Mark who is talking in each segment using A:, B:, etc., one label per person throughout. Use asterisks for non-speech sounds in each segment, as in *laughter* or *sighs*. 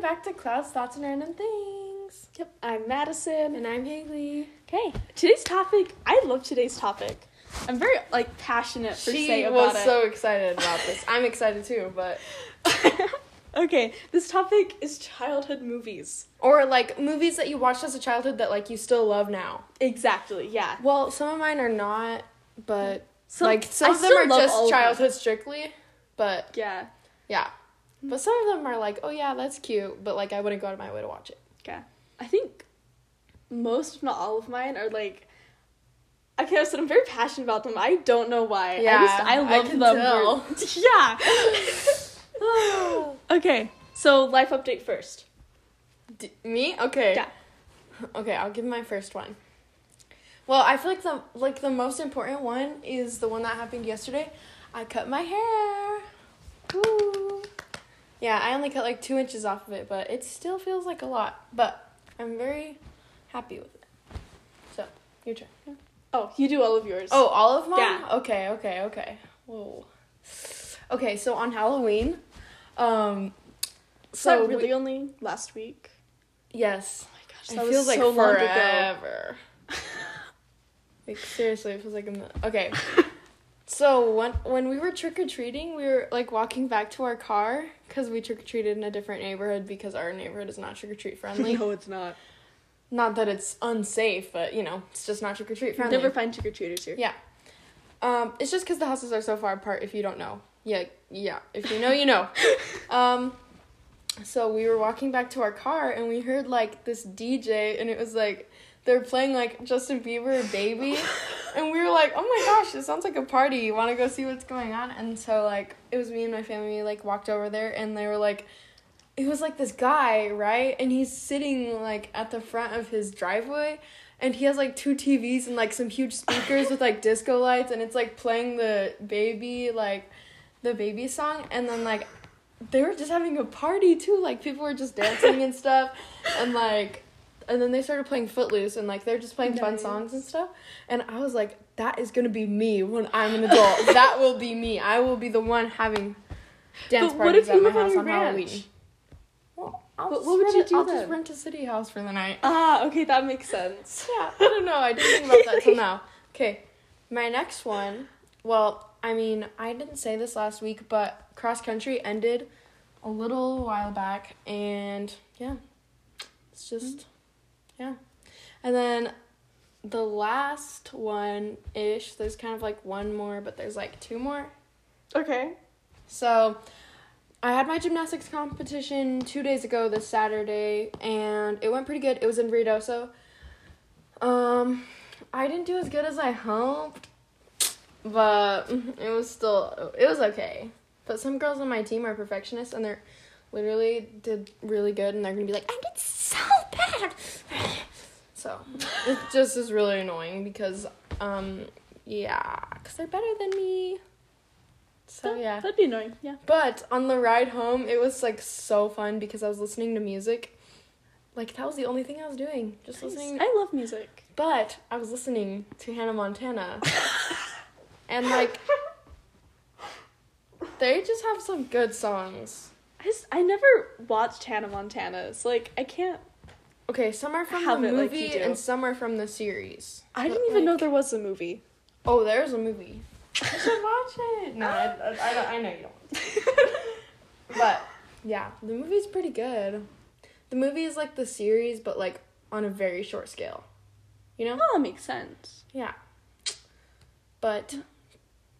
A: back to Cloud's Thoughts and Random Things.
B: Yep.
A: I'm Madison.
B: And I'm Haley.
A: Okay, today's topic, I love today's topic. I'm very, like, passionate, per se,
B: She
A: about
B: was
A: it.
B: so excited about this. I'm excited too, but
A: *laughs* okay, this topic is childhood movies.
B: or like movies that you watched as a childhood that like you still love now.
A: Exactly, yeah.
B: Well, some of mine are not, but
A: So,
B: like some
A: I
B: of them
A: still
B: are
A: love all
B: just
A: of them.
B: childhood strictly, but
A: Yeah,
B: yeah. But some of them are like, oh yeah, that's cute, but like I wouldn't go out of my way to *gasps* watch it.
A: okay. I think most, if not all of mine, are like. Okay, I said I'm very passionate about them. I don't know why. I
B: Yeah,
A: just I
B: I
A: love
B: can
A: them.
B: tell.
A: *laughs*
B: *laughs*
A: yeah. okay, so life update first.
B: D- me? Okay.
A: Yeah.
B: Okay, I'll give my first one. Well, I feel like the like the most important one is the one that happened yesterday. I cut my hair. Ooh. Yeah, I only cut like two inches off of it, but it still feels like a lot. But I'm very happy with it. So your turn.
A: Oh, you do all of yours.
B: Oh, all of mine?
A: Yeah.
B: Okay, okay, okay. Whoa. Okay, so on Halloween, um
A: so
B: so we-
A: really only last week.
B: yes.
A: Oh my gosh,
B: It feels like forever. *laughs* like seriously, it feels like a mil- *laughs* okay. so when when we were trick or treating, we were like walking back to our car because we trick or treated in a different neighborhood because our neighborhood is not trick or treat *laughs*
A: *laughs*
B: friendly.
A: no, it's not.
B: Not that it's unsafe, but you know, it's just not trick or treat
A: You
B: friendly.
A: never find trick or treaters here.
B: yeah. Um, it's just because the houses are so far apart. If you don't know, yeah, yeah. If you know, you know. um, so we were walking back to our car and we heard like this DJ and it was like they're playing like Justin Bieber Baby and we were like, "Oh my gosh, it sounds like a party. You want to go see what's going on?" And so like it was me and my family we, like walked over there and they were like it was like this guy, right? And he's sitting like at the front of his driveway and he has like two TVs and like some huge speakers with like disco lights and it's like playing the baby like the baby song and then like they were just having a party too. Like people were just dancing and stuff, and like, and then they started playing Footloose and like they're just playing fun
A: Nice.
B: songs and stuff. And I was like, that is gonna be me when I'm an adult. that will be me. I will be the one having dance
A: But what
B: parties
A: if you
B: at my
A: live on
B: house
A: your
B: on
A: ranch?
B: Halloween. Well, I'll
A: But
B: just
A: what would
B: rent
A: you
B: a-
A: do
B: I'll
A: then?
B: just rent a city house for the *laughs* night.
A: Ah, okay, that makes sense.
B: Yeah, I don't know. I didn't think about that till now. Okay, my next one. Well, I mean, I didn't say this last week, but cross country ended a little while back, and yeah, it's just yeah. And then the last one ish. There's kind of like one more, but there's like two more.
A: Okay.
B: So I had my gymnastics competition two days ago this Saturday and it went pretty good. It was in Redoso. Um I didn't do as good as I hoped, but *laughs* it was still it was okay. But some girls on my team are perfectionists and they're literally did really good and they're gonna be like, I did so bad. *laughs* So it just is really annoying because um yeah, because they're better than me. So
A: That-
B: yeah.
A: That'd be annoying. Yeah.
B: But on the ride home, it was like so fun because I was listening to music. Like that was the only thing I was doing, just listening.
A: I love music.
B: But I was listening to Hannah
A: *laughs*
B: Montana. and like they just have some good songs.
A: I, just, I never watched Hannah Montana's. Like, I can't.
B: Okay, some are from
A: Have
B: the
A: it like
B: movie
A: you do.
B: and some are from the series.
A: I
B: But,
A: didn't even know
B: like-
A: there was a movie.
B: Oh, there's
A: *laughs*
B: a movie. You should watch it. No, I, I, I, don't- I know you don't. But yeah, the movie's pretty good. The movie is like the series, but like on a very short scale. You know?
A: Oh, that makes sense.
B: Yeah. But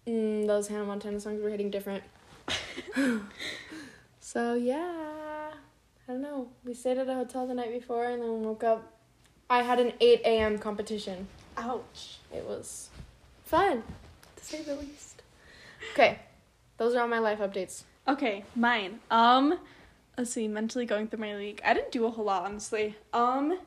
B: mm, those Hannah Montana songs were hitting different. so yeah, I don't know. We stayed at a hotel the night before, and then woke up. I had an eight a.m. competition.
A: Ouch.
B: It was fun, to say the least. Okay, those are all my life updates.
A: Okay, mine. Um, let's see. Mentally going through my week. I didn't do a whole lot, honestly. Um,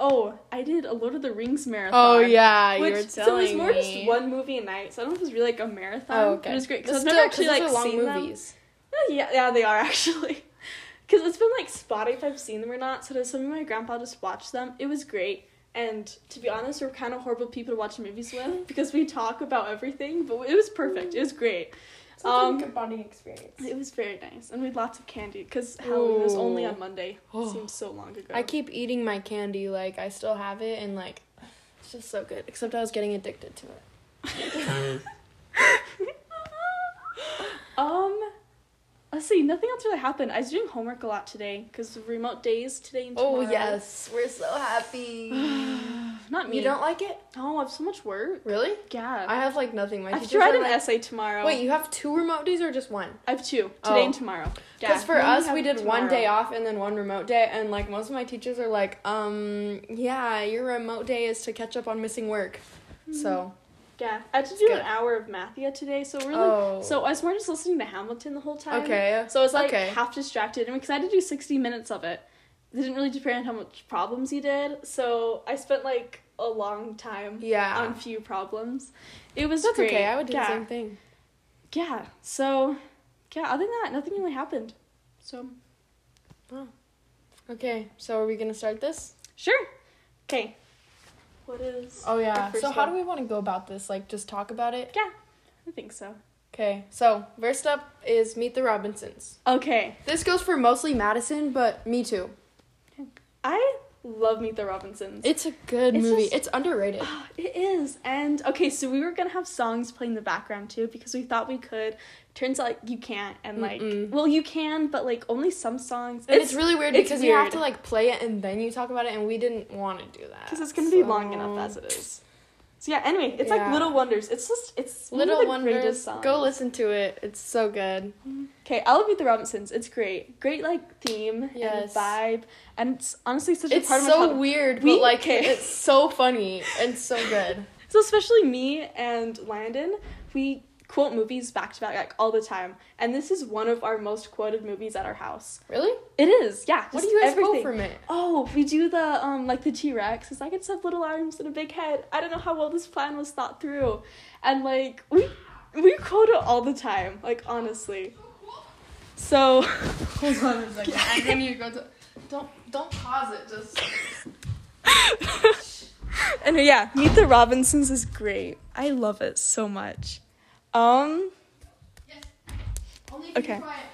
A: oh, I did a Lord of the Rings marathon.
B: yeah,
A: Which, so it was more just one movie a night, so I don't know if it was really like a marathon.
B: Oh, okay.
A: It was great
B: But
A: because I've never actually
B: still, 'cause
A: like
B: those are long
A: seen them.
B: movies.
A: Oh, *laughs* Yeah, yeah, they are *laughs* actually. Because it's been like spotty if I've seen them or not. So does some of my grandpa just watched them. It was great. And to be honest, we're *laughs* kind of horrible people to watch movies with because we talk about everything. But it was perfect. It was great.
B: Sounds
A: Um,
B: like a good bonding experience.
A: It was very nice, and we had lots of candy because Halloween was only
B: Ooh.
A: on Monday. Seems so long ago.
B: I keep eating my candy. Like I still have it, and like it's just so good. Except I was getting addicted to it.
A: *laughs* um, let's see. Nothing else really happened. I was doing homework a lot today because remote days today and tomorrow.
B: Oh yes, we're so *sighs* happy.
A: *sighs* Not me.
B: you don't like it,
A: Oh, I have so much work.
B: really?
A: Yeah.
B: I have like nothing.
A: I
B: My
A: have
B: teachers
A: to write
B: are
A: an
B: like-
A: essay tomorrow.
B: Wait, you have two remote days or just one?
A: I have two today
B: Oh.
A: and tomorrow.
B: Because for
A: we only
B: us,
A: have
B: we did one day
A: tomorrow.
B: off and then one remote day, and like most of my teachers are like, um, yeah, your remote day is to catch up on missing work. So,
A: Hmm. Yeah, I had to do
B: good.
A: an hour of math yet today, so really.
B: oh,
A: So I was more just listening to Hamilton the whole time.
B: okay,
A: So I was like
B: Okay.
A: half distracted, and because I had to do sixty minutes of it, it didn't really depend on how much problems you did. So I spent like a long time
B: yeah,
A: on few problems. It was
B: that's
A: great.
B: okay. I would do
A: yeah.
B: the same thing.
A: Yeah. So, yeah. Other than that, nothing really happened. So
B: Okay, so are we gonna start this?
A: sure. Okay. What is?
B: Oh yeah.
A: Our first
B: So how
A: one.
B: do we want to go about this? Like, just talk about it.
A: Yeah, I think so.
B: Okay. So first up is Meet the Robinsons.
A: Okay.
B: This goes for mostly Madison, but me too.
A: I love Meet the Robinsons.
B: It's a good
A: It's
B: movie.
A: just-
B: It's
A: *sighs*
B: underrated.
A: Ah, It is. And okay, so we were gonna have songs playing in the background too because we thought we could. Turns out you can't, and like,
B: Mm-mm.
A: well, you can, but like only some songs.
B: And it's, really weird
A: it's
B: because you have
A: weird.
B: to like play it and then you talk about it, and we didn't want to do that
A: because it's gonna be long
B: so-
A: enough as it is. So yeah. Anyway, it's
B: Yeah.
A: like Little Wonders. It's just it's one of
B: Little
A: the greatest
B: Wonders.
A: songs.
B: Go listen to it. It's so good.
A: Okay, I love Meet the Robinsons. It's great. Great like theme
B: Yes.
A: and vibe, and it's honestly such
B: It's
A: a part of
B: so
A: my childhood.
B: weird,
A: We-
B: but like
A: okay.
B: it's so funny and so good.
A: So especially me and Landon, we quote movies back to back like all the time, and this is one of our most quoted movies at our house.
B: Really?
A: It is, yeah.
B: What do
A: just
B: you guys
A: everything.
B: quote from it?
A: Oh, we do the um like the T Rex. It's like it's have little arms and a big head. I don't know how well this plan was thought through, and like we we quote it all the time. Like honestly, so *laughs*
B: Hold on a second. I'm gonna need to go to. Don't don't pause it. Just
A: and yeah, Meet the Robinsons is great. I love it so much. Um, *laughs*
B: only
A: if you Okay.
B: quiet.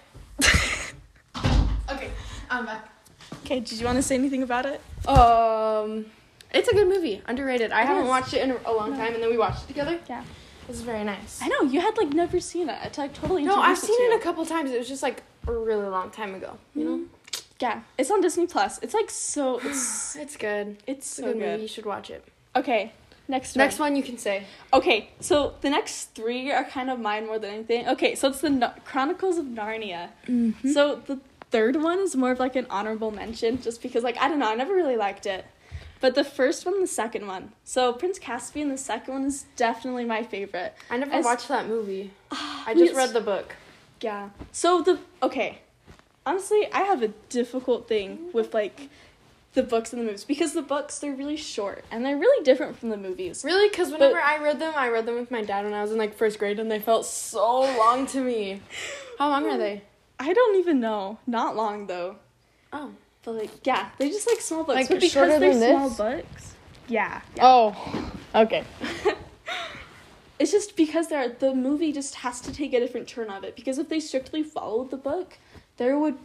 B: Okay, I'm back.
A: okay. Did you want to say anything about it?
B: Um, it's a good movie. Underrated. I
A: It
B: haven't
A: is.
B: watched it in a long
A: No.
B: time, and then we watched it together.
A: Yeah.
B: It was very nice.
A: I know you had like never seen it. I t- like, totally.
B: No, I've
A: introduced
B: seen
A: to
B: it
A: you.
B: a couple times. It was just like a really long time ago. You know,
A: Yeah, it's on Disney Plus. It's like so. It's
B: it's good.
A: it's
B: It's
A: so
B: a good,
A: good.
B: movie. You should watch it.
A: Okay, next
B: Next
A: one.
B: one you can say.
A: Okay, so the next three are kind of mine more than anything. Okay, so it's the Na- Chronicles of Narnia.
B: Mm-hmm.
A: So the third one is more of like an honorable mention, just because like I don't know, I never really liked it. But the first one, and the second one. So Prince Caspian, the second one is definitely my favorite.
B: I never
A: As-
B: watched that movie. I
A: Wait,
B: just read the book.
A: Yeah. So the okay, honestly, I have a difficult thing with like the books and the movies because the books they're really short and they're really different from the movies.
B: Really? Because whenever I read them, I read them with my dad when I was in like first grade, and they felt so long to me. Hmm. How long are they?
A: I don't even know. Not long though.
B: Oh.
A: But like, yeah, they just like small books.
B: Like,
A: but because
B: shorter
A: they're
B: than
A: small
B: this?
A: books, yeah,
B: Oh. Okay.
A: *laughs* it's just because they're the movie just has to take a different turn of it. Because if they strictly followed the book, there would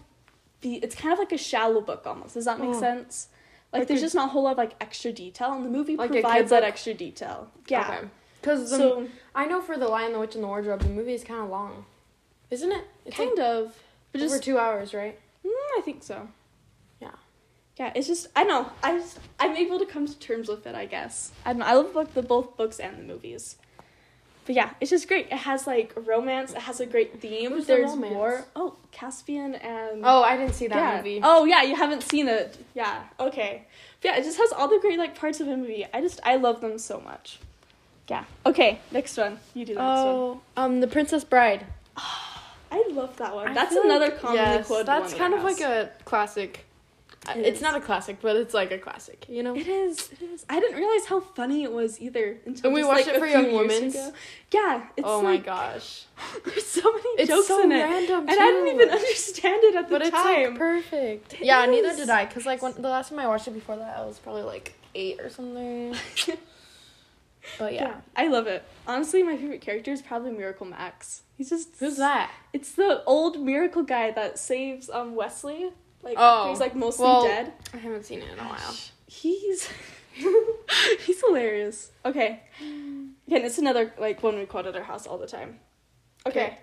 A: be it's kind of like a shallow book almost. Does that make
B: Oh.
A: sense? Like,
B: Like
A: there's
B: a-
A: just not a whole lot of like extra detail, and the movie
B: Like a kid
A: provides that
B: book?
A: extra detail. Yeah.
B: Because
A: So
B: I know for The Lion, the Witch, and the Wardrobe, the movie is kind of long, isn't it? It's
A: kind
B: like
A: of, but
B: over
A: just
B: two hours, right?
A: Mm, I think so.
B: Yeah.
A: Yeah, it's just I know I just I'm able to come to terms with it. I guess I don't know. I love both the both books and the movies. But yeah, it's just great. It has like romance. It has a great theme.
B: Who's the
A: There's
B: romance?
A: war. Oh, Caspian and
B: Oh, I didn't see that
A: yeah.
B: movie.
A: Oh yeah, you haven't seen it. Yeah. Okay. But yeah, it just has all the great like parts of a movie. I just I love them so much. Yeah. Okay. Next one. You do the next one.
B: Oh, um, The Princess Bride.
A: I love that one. that's
B: feel
A: another
B: like-
A: commonly
B: yes,
A: quoted
B: That's
A: one
B: kind
A: in
B: of
A: our
B: like
A: house.
B: a classic. Uh,
A: It
B: it's
A: is.
B: not a classic, but *laughs* it's like a classic, you know?
A: It is. It is. I didn't realize how funny it was either until
B: And we
A: just,
B: watched
A: like,
B: it
A: a
B: for
A: few
B: Young
A: years
B: Women's.
A: ago. Yeah, it's
B: oh
A: like,
B: my gosh.
A: *laughs* There's so many
B: It's
A: jokes
B: so
A: in it,
B: random.
A: and I didn't
B: too.
A: even *laughs* understand it at the
B: But it's
A: time.
B: like perfect.
A: It
B: yeah, neither
A: is.
B: did I. *laughs* Cause like when the last time I watched it before that, I was probably like eight or something. But yeah.
A: I love it. Honestly, my favorite character is probably Miracle Max. He's just
B: Who's that?
A: It's the old miracle guy that saves um Wesley. Like
B: Oh,
A: he's like mostly
B: well,
A: dead.
B: I haven't seen it in a while.
A: He's *laughs* he's hilarious. Okay. Again, it's another like one we quote at our house all the time. Okay.
B: Okay.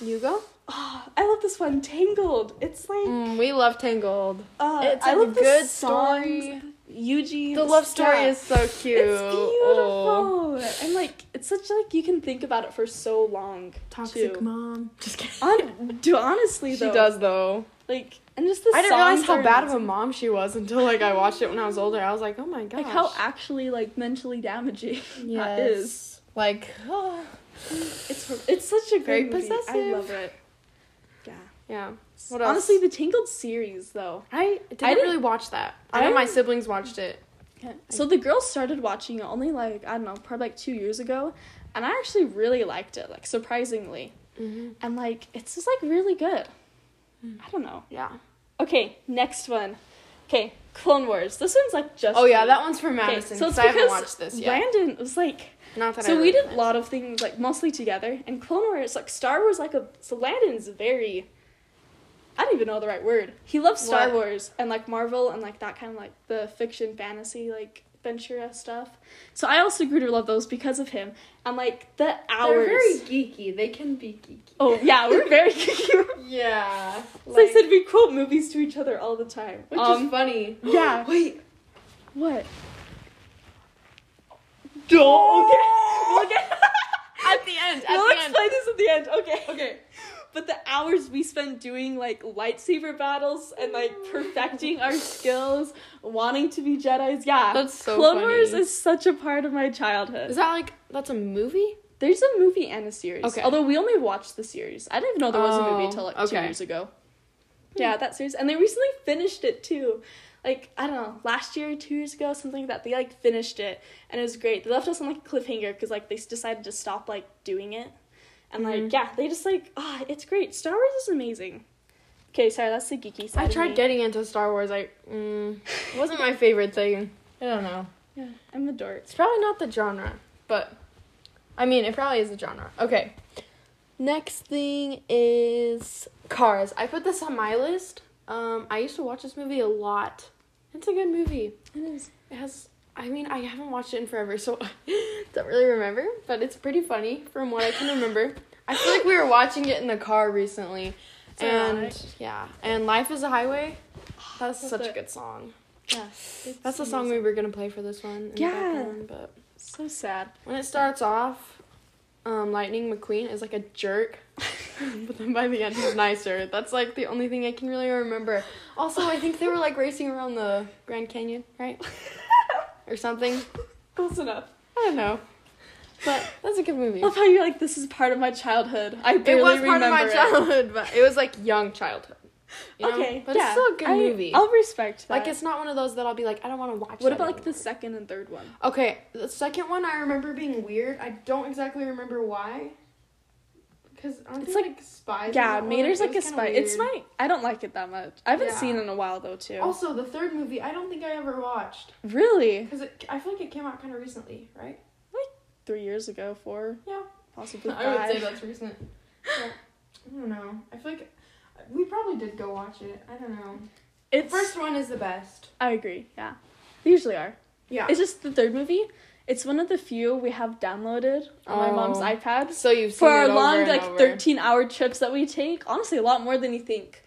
B: You go?
A: Ah, I love this one. Tangled. It's like
B: Mm, we love Tangled.
A: uh,
B: It's
A: I
B: like a
A: love the
B: good
A: songs,
B: story.
A: Eugene.
B: The love story
A: Scott.
B: is so cute.
A: It's
B: Oh.
A: beautiful. And like it's such like you can think about it for so long.
B: Toxic
A: too.
B: mom. Just kidding. *laughs*
A: Hon- do honestly
B: she
A: though.
B: does though.
A: Like and just the
B: I didn't realize
A: songs
B: how
A: are
B: bad of a mom she was until like I watched it when I was older. I was like, oh my gosh.
A: like how actually like mentally damaging *laughs* that is.
B: *sighs* Like, oh.
A: It's hor- it's such a
B: Very
A: great movie. I
B: possessive.
A: love it. Yeah.
B: yeah. What else?
A: Honestly, the Tangled series though.
B: I didn't,
A: didn't-
B: really watch that. I know
A: I-
B: my siblings watched it.
A: So the girls started watching it only like I don't know, probably like two years ago, and I actually really liked it, like surprisingly, and like it's just like really good.
B: Hmm.
A: I don't know.
B: Yeah.
A: Okay, next one. Okay, Clone Wars. This one's like just.
B: Oh yeah,
A: me.
B: that one's from
A: Okay,
B: Madison.
A: so it's
B: because I haven't
A: because
B: watched this yet.
A: Brandon was like,
B: Not that I
A: so we
B: really
A: did a
B: plan.
A: lot of things like mostly together, and Clone Wars, like Star Wars, like a so Landon's very. I don't even know the right word. He loves Star
B: What?
A: Wars and like Marvel and like that kind of like the fiction fantasy like Ventura stuff. So I also grew to love those because of him. And like the hours.
B: geeky. They can be geeky.
A: *laughs* oh yeah,
B: *laughs*
A: we're very. *laughs* As
B: Yeah.
A: I said, we quote movies to each other all the time. Um,
B: funny.
A: *gasps* yeah.
B: Wait.
A: what?
B: Oh,
A: *laughs* Okay.
B: *laughs* At the end. At
A: we'll
B: the end.
A: explain this at the end. Okay.
B: Okay.
A: *laughs* But the hours we spent doing like lightsaber battles and like
B: Mm.
A: perfecting our skills, wanting to be Jedi's. Yeah.
B: That's so
A: Clone
B: funny.
A: Wars is such a part of my childhood.
B: Is that like that's a movie?
A: There's a movie and a series.
B: Okay.
A: Although we only watched the series. I didn't even know there was a movie
B: Oh,
A: until like two
B: okay.
A: years ago. Yeah, that series. And they recently finished it too. Like, I don't know, last year or two years ago, something like that. They like finished it and it was great. They left us on like a cliffhanger because like they s- decided to stop like doing it. And like, yeah, they just like, ah, it's great. Star Wars is amazing. Okay, sorry, that's the geeky side.
B: I
A: of
B: tried
A: me.
B: getting into Star Wars. I mm, it wasn't my favorite thing. I don't know.
A: Yeah, I'm a dork.
B: It's probably not the genre, but I mean, it probably is the genre. Okay. Next thing is Cars. I put this on my list. Um, I used to watch this movie a lot. It's a good movie.
A: It is.
B: It has. I mean, I haven't watched it in forever, so *laughs* don't really remember. But it's pretty funny from what I can remember. I feel like we were watching it in the car recently,
A: It's
B: and
A: ironic.
B: yeah, and "Life Is a Highway." That's
A: That's
B: such a
A: it.
B: good song.
A: Yeah.
B: That's the song we were gonna play for this one. in the
A: Yeah.
B: background, but
A: *sighs* So sad.
B: when it starts off, um, Lightning McQueen is like a jerk, *laughs* but then by the end he's nicer. That's like the only thing I can really remember. Also, I think they were like racing around the Grand Canyon,
A: *laughs*
B: right, or something.
A: Close enough.
B: I don't know. But that's a good movie.
A: I love how you're like, this is part of my childhood. I barely
B: it was part
A: remember
B: of my
A: it.
B: childhood, but it was like young childhood. you know?
A: *laughs* Okay,
B: But
A: yeah,
B: it's still a good
A: I-
B: movie.
A: I'll respect that.
B: like it's not one of those that I'll be like, I don't want to
A: what
B: watch. that
A: about like the
B: anymore.
A: second and third one?
B: Okay, the second one I remember being weird. I don't exactly remember why. Because aren't
A: It's
B: they,
A: like-
B: spies? in
A: yeah,
B: that one?
A: Mater's
B: It
A: like a
B: was kinda
A: spy. It's
B: weird.
A: my. I don't like it that much. I haven't
B: Yeah.
A: seen it in a while though too.
B: Also, the third movie I don't think I ever watched
A: really,
B: because I feel like it came out kind of recently,
A: *laughs*
B: right?
A: three years ago, four
B: Yeah.
A: possibly five.
B: *laughs* I would say that's recent. Yeah. I don't know. I feel like we probably did go watch it. I don't know. The
A: It's.
B: first one is the best.
A: I agree. Yeah, they usually are.
B: Yeah.
A: It's just the third movie. It's one of the few we have downloaded on my mom's
B: Oh.
A: iPad.
B: so you've
A: for our long like 13 hour trips that we take honestly a lot more than you think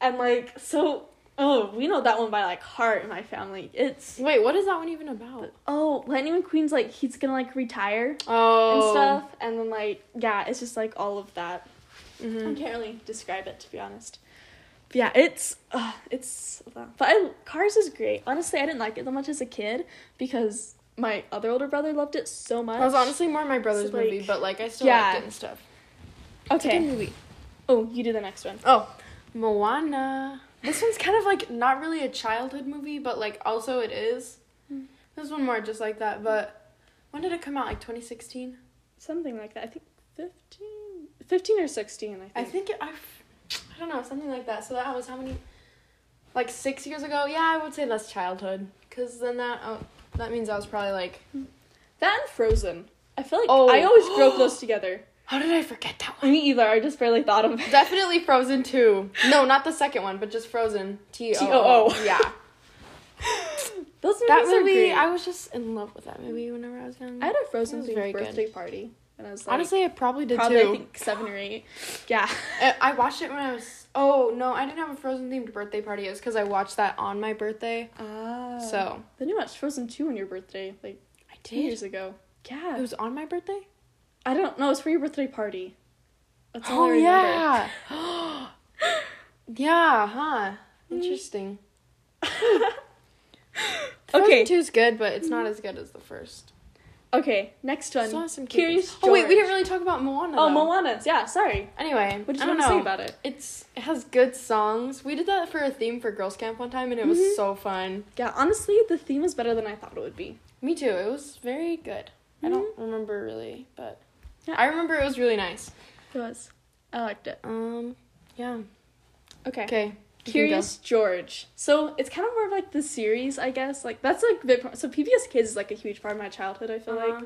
A: and like so oh we know that one by like heart in my family it's
B: Wait, what is that one even about?
A: oh lightning mcqueen's like he's gonna like retire and
B: Oh.
A: stuff and then like yeah it's just like all of that i
B: Mhm.
A: can't really describe it to be honest but yeah it's uh, it's but I, cars is great honestly i didn't like it that much as a kid because my other older brother loved it so much
B: That was honestly more my brother's
A: So, like,
B: movie, but like I still
A: yeah.
B: liked it and stuff. Good
A: okay
B: movie.
A: oh you do the next one
B: Oh, Moana. This one's kind of like not really a childhood movie, but like also it is.
A: Hmm.
B: This one more just like that, but when did it come out? Like 2016?
A: something like that. I think 15, 15 or 16, I think.
B: I think it, I, I don't know, something like that. So that was how many, like six years ago? Yeah, I would say that's childhood. Because then that, oh, that means I was probably like
A: That and Frozen. I feel like
B: Oh.
A: I always *gasps* group those together.
B: How did I forget that
A: Me either. I just barely thought of it.
B: Definitely Frozen 2. No, not the second one, but just Frozen. T O O.
A: T.O.O..
B: Yeah.
A: *laughs* Those movies
B: that
A: are
B: movie,
A: great.
B: I was just in love with that movie whenever I was young.
A: I had a Frozen
B: was
A: themed
B: very good.
A: birthday party, and I was like,
B: Honestly, I probably did
A: probably
B: too.
A: I think seven or eight. *laughs* Eh. Yeah.
B: I I watched it when I was. Oh no, I didn't have a Frozen themed birthday party. It was because I watched that on my birthday.
A: *laughs* Ah.
B: So
A: Then you watched Frozen two on your birthday, like
B: I
A: two years ago. Yeah.
B: It was on my birthday.
A: I don't know. It's for your birthday party. That's all I
B: oh
A: remember.
B: yeah.
A: *gasps*
B: *gasps* yeah. Huh. Interesting.
A: Mm. Okay.
B: Frozen two is good, but it's
A: Mm.
B: not as good as the first.
A: Okay. Next one.
B: Still has some
A: Curious.
B: cuties. Oh wait, we
A: George.
B: didn't really talk about Moana.
A: Oh,
B: though.
A: Moana. Yeah. Sorry.
B: Anyway,
A: What did
B: I
A: you
B: don't
A: want to
B: know.
A: say about it?
B: It's it has good songs. We did that for a theme for girls camp one time, and it was
A: Mhm.
B: so fun.
A: Yeah. Honestly, the theme was better than I thought it would be.
B: Me too. It was very good. I don't remember really, but
A: Yeah.
B: I remember it was really nice.
A: It was. I liked it.
B: Um, yeah.
A: Okay.
B: Okay.
A: Curious George. So it's kind of more of like the series, I guess. Like that's like big. Part. So PBS Kids is like a huge part of my childhood. I feel
B: Uh-huh.
A: like,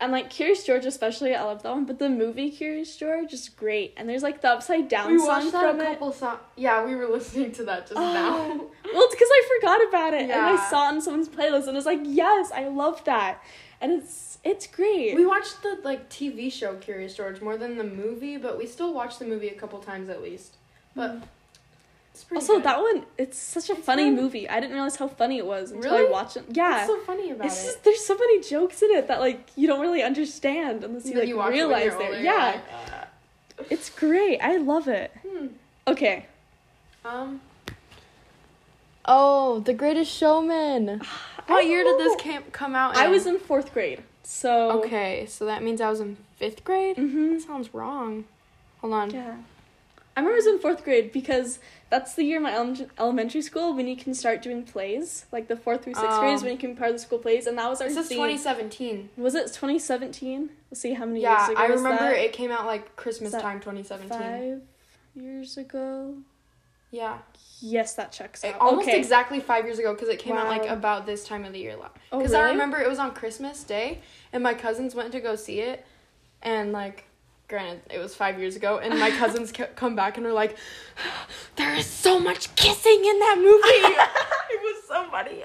A: and like Curious George especially, I love that one. But the movie Curious George is great, and there's like the upside down
B: we
A: song
B: watched that
A: from
B: a
A: it.
B: couple songs. Yeah, we were *laughs* listening to that just now.
A: Oh. Well, it's because I forgot about it, and I
B: Yeah.
A: saw it in someone's playlist, and I was like, yes, I love that, and it's it's great.
B: *laughs* We watched the like TV show Curious George more than the movie, but we still watched the movie a couple times at least. But it's pretty.
A: Mm. Mm-hmm. also,
B: good.
A: that one it's such a
B: It's
A: funny
B: fun.
A: movie. I didn't realize how funny it was until I
B: Really?
A: watched it. Yeah.
B: What's so funny about
A: It's
B: it?
A: just there's so many jokes in it that like you don't really understand unless you
B: Then
A: like
B: you watch it when you're
A: realize
B: older,
A: it.
B: you're
A: Yeah,
B: like, "Uh."
A: it's great. I love it.
B: Hmm.
A: Okay,
B: Um. Oh, The Greatest Showman. *sighs* What
A: I
B: year did this
A: know.
B: camp come out?
A: I was in fourth grade, so
B: Okay, so that means I was in fifth grade.
A: hmm
B: That sounds wrong. Hold on.
A: Yeah, I remember I was in fourth grade because that's the year in my ele- elementary school when you can start doing plays, like the fourth through sixth
B: Oh.
A: grades when you can be part of the school plays, and that was our
B: This is
A: theme.
B: 2017.
A: Was it 2017? Let's see how many
B: Yeah,
A: years ago
B: I
A: was
B: remember
A: that?
B: it came out like Christmas
A: That-
B: time 2017.
A: Five years ago.
B: Yeah,
A: Yes, that checks out.
B: It- almost
A: okay.
B: exactly five years ago because it came out like
A: Wow.
B: about this time of the year. Because
A: Oh,
B: I
A: really?
B: remember it was on Christmas Day, and my cousins went to go see it, and like. Granted, it was five years ago,
A: *laughs*
B: and my cousins ca- come back and are like, "There is so much kissing in that
A: *laughs*
B: movie." *laughs* it was so funny.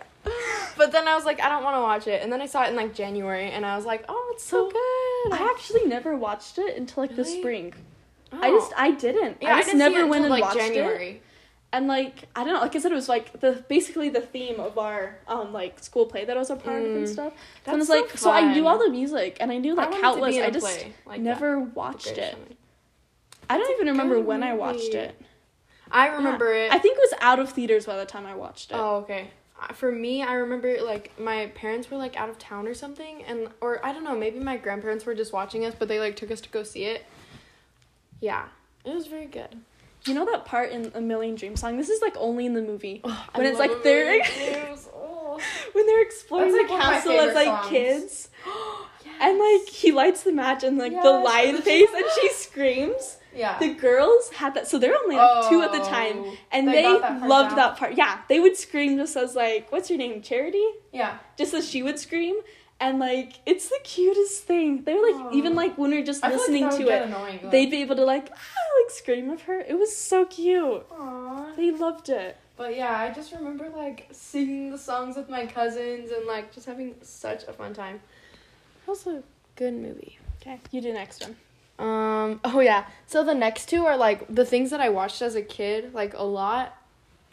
B: But then I was like, "I don't want to watch it." And then I saw it in like January, and I was like, "Oh, it's so
A: Oh,
B: good."
A: I actually never watched it until like the
B: Really?
A: spring.
B: Oh.
A: I just I didn't.
B: Yeah,
A: I just
B: didn't see it
A: never
B: until,
A: went and
B: like,
A: watched it.
B: January.
A: And like I don't know, like I said, it was like the basically the theme of our um like school play that I was a part of and
B: Mm.
A: stuff. So
B: That's
A: I was
B: so
A: like, so I knew
B: fun.
A: all the music and I knew like
B: wanted
A: how
B: to
A: it
B: be
A: was.
B: in
A: I
B: a
A: just
B: play like that.
A: never
B: The
A: watched
B: Greatest
A: it.
B: Showman.
A: I don't even remember
B: good
A: when I watched
B: movie.
A: it.
B: I remember
A: Yeah.
B: it.
A: I think it was out of theaters by the time I watched it.
B: oh, okay. Uh, For me, I remember it, like my parents were like out of town or something, and or I don't know, maybe my grandparents were just watching us, but they like took us to go see it. Yeah, it was very good.
A: You know that part in A Million Dreams song? This is like only in the movie. *laughs*
B: I
A: when it's
B: love
A: like
B: it
A: they're
B: when it's- *gasps* oh.
A: when they're exploring
B: That's,
A: the
B: like, one of my
A: castle as
B: favorite
A: like
B: songs.
A: kids. And like he lights the match and like the
B: Yes.
A: lion face and she screams.
B: yeah.
A: The girls had that so they're only like two at the time.
B: Oh,
A: And
B: they
A: they,
B: got that part
A: loved
B: down.
A: that part. Yeah. They would scream just as like, what's your name? Charity?
B: yeah.
A: Just as she would scream. And like it's the cutest thing. They were like
B: Aw.
A: even like when we are just
B: I feel like
A: listening
B: that would
A: to
B: get
A: it,
B: annoying, though.
A: they'd be able to like ah, like scream of her. It was so cute.
B: Aw.
A: They loved it.
B: But yeah, I just remember like singing the songs with my cousins and like just having such a fun time. Also, good movie.
A: Okay, you do next one.
B: Um. Oh yeah. So the next two are like the things that I watched as a kid, like a lot.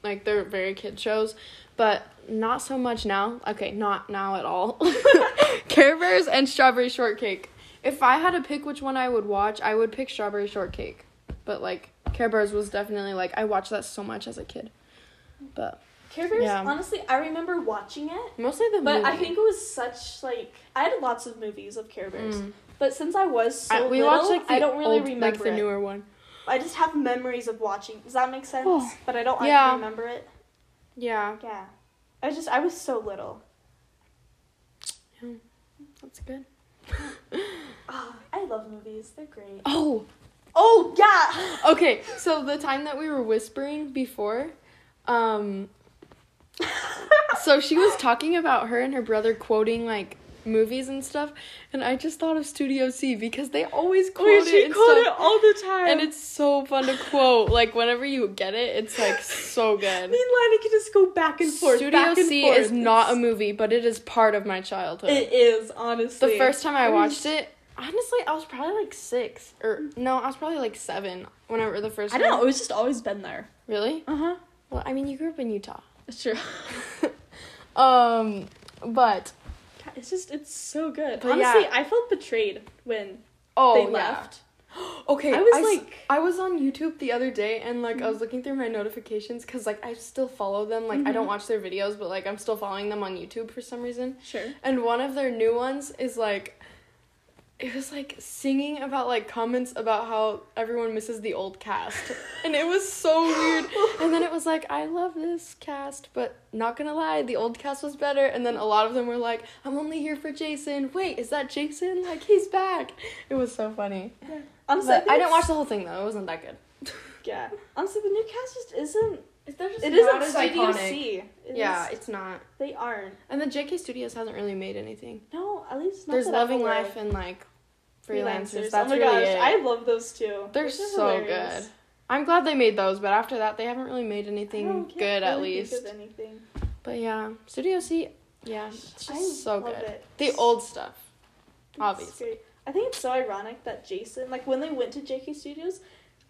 B: Like they're very kid shows, but not so much now. Okay, not now at all. *laughs* Care Bears and Strawberry Shortcake. If I had to pick which one I would watch, I would pick Strawberry Shortcake. But like Care Bears was definitely like I watched that so much as a kid. But
A: Care Bears,
B: Yeah.
A: honestly, I remember watching it,
B: mostly the
A: but
B: movie.
A: I think it was such like I had lots of movies of Care Bears,
B: Mm.
A: but since I was so
B: I- we
A: little,
B: watched like the
A: I don't really
B: old,
A: remember
B: like the
A: it.
B: newer one.
A: I just have memories of watching. Does that make sense?
B: Oh.
A: But I don't like
B: Yeah.
A: remember it.
B: Yeah,
A: Yeah, I just I was so little.
B: that's good.
A: Ah, I love movies. They're great.
B: Oh,
A: Oh
B: *laughs*
A: yeah.
B: okay. So the time that we were whispering before, um, so she was talking about her and her brother quoting like movies and stuff, and I just thought of Studio C because they always quote
A: Wait,
B: it
A: she
B: and
A: quote
B: stuff.
A: it all the time.
B: And it's so fun to quote. Like whenever you get it, it's like so
A: I
B: good.
A: mean, Lana can just go back and forth.
B: Studio
A: back and
B: C
A: forth.
B: is not a
A: It's-
B: movie, but it is part of my childhood.
A: It is honestly
B: the first time I
A: What is-
B: watched it, honestly, I was probably like six or no, I was probably like seven. Whenever the first
A: I don't
B: one-
A: know. It's just always been there.
B: really.
A: Uh huh.
B: Well, I mean, you grew up in Utah.
A: It's true.
B: um, but
A: God, It's just it's so good.
B: But
A: honestly,
B: yeah.
A: I felt betrayed when
B: oh,
A: they
B: yeah.
A: left.
B: *gasps* Okay,
A: I was
B: s-
A: like-
B: I was Mm-hmm. on YouTube the other day, and like I was looking through my notifications because like I still follow them. Like I don't watch their videos, but like I'm still following them on YouTube for some reason.
A: Sure.
B: And one of their new ones is like, it was like singing about like comments about how everyone misses the old cast, *laughs* and it was so
A: *laughs*
B: weird. And then it was like, I love this cast, but not gonna lie, the old cast was better. And then a lot of them were like, I'm only here for Jason. Wait, is that Jason? Like he's back. It was so funny.
A: Honestly,
B: But I
A: think
B: didn't
A: it's-
B: watch the whole thing though. It wasn't that good.
A: Yeah. Honestly, the new cast just isn't.
B: They're just
A: It isn't Studio C. It
B: Yeah,
A: is-
B: it's not.
A: they aren't.
B: And the JK Studios hasn't really made anything.
A: No, at least not
B: There's
A: that I'm
B: Loving
A: aware
B: Life
A: of.
B: and like freelancers.
A: Oh
B: That's
A: my
B: really
A: gosh,
B: it.
A: I love those two.
B: They're
A: Those are
B: so
A: hilarious.
B: good. I'm glad they made those, but after that, they haven't really made
A: I
B: anything
A: don't-
B: good
A: can't
B: at
A: really
B: least.
A: Think of anything.
B: But yeah, Studio C, yeah, it's just
A: I
B: so
A: love
B: good.
A: it.
B: The old stuff,
A: It's
B: obviously.
A: great. I think it's so ironic that Jason, like when they went to JK Studios,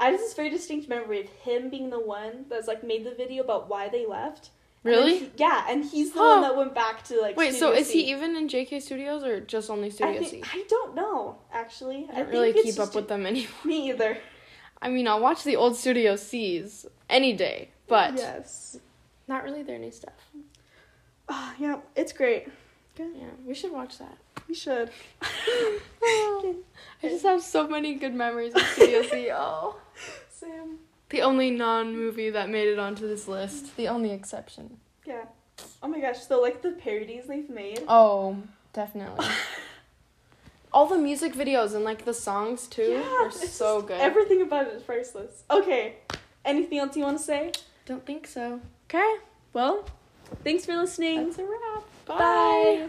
A: I have this very distinct memory of him being the one that's like made the video about why they left. And then
B: Really?
A: he- yeah, and he's the
B: Huh.
A: one that went back to like.
B: Wait, so
A: Studio
B: is
A: C.
B: he even in JK Studios or just only Studio
A: I
B: C?
A: think, I don't know actually.
B: I don't
A: think
B: really
A: it's
B: keep
A: just
B: up with them *laughs* anymore.
A: *laughs* me either.
B: I mean, I'll watch the old Studio C's any day, but
A: yes,
B: not really their new stuff.
A: oh, yeah, it's great.
B: Yeah, we should watch that.
A: We should.
B: *laughs* I just have so many good memories of Studio C. *laughs* Oh.
A: Sam.
B: The only non movie that made it onto this list. The only exception.
A: Yeah. Oh my gosh. So like the parodies they've made.
B: Oh, *laughs* definitely. All the music videos and like the songs too are
A: it's
B: so
A: just-
B: good.
A: Everything about it is priceless. Okay. Anything else you want to say?
B: Don't think so.
A: Okay. Well, thanks for listening.
B: That's a wrap.
A: Bye.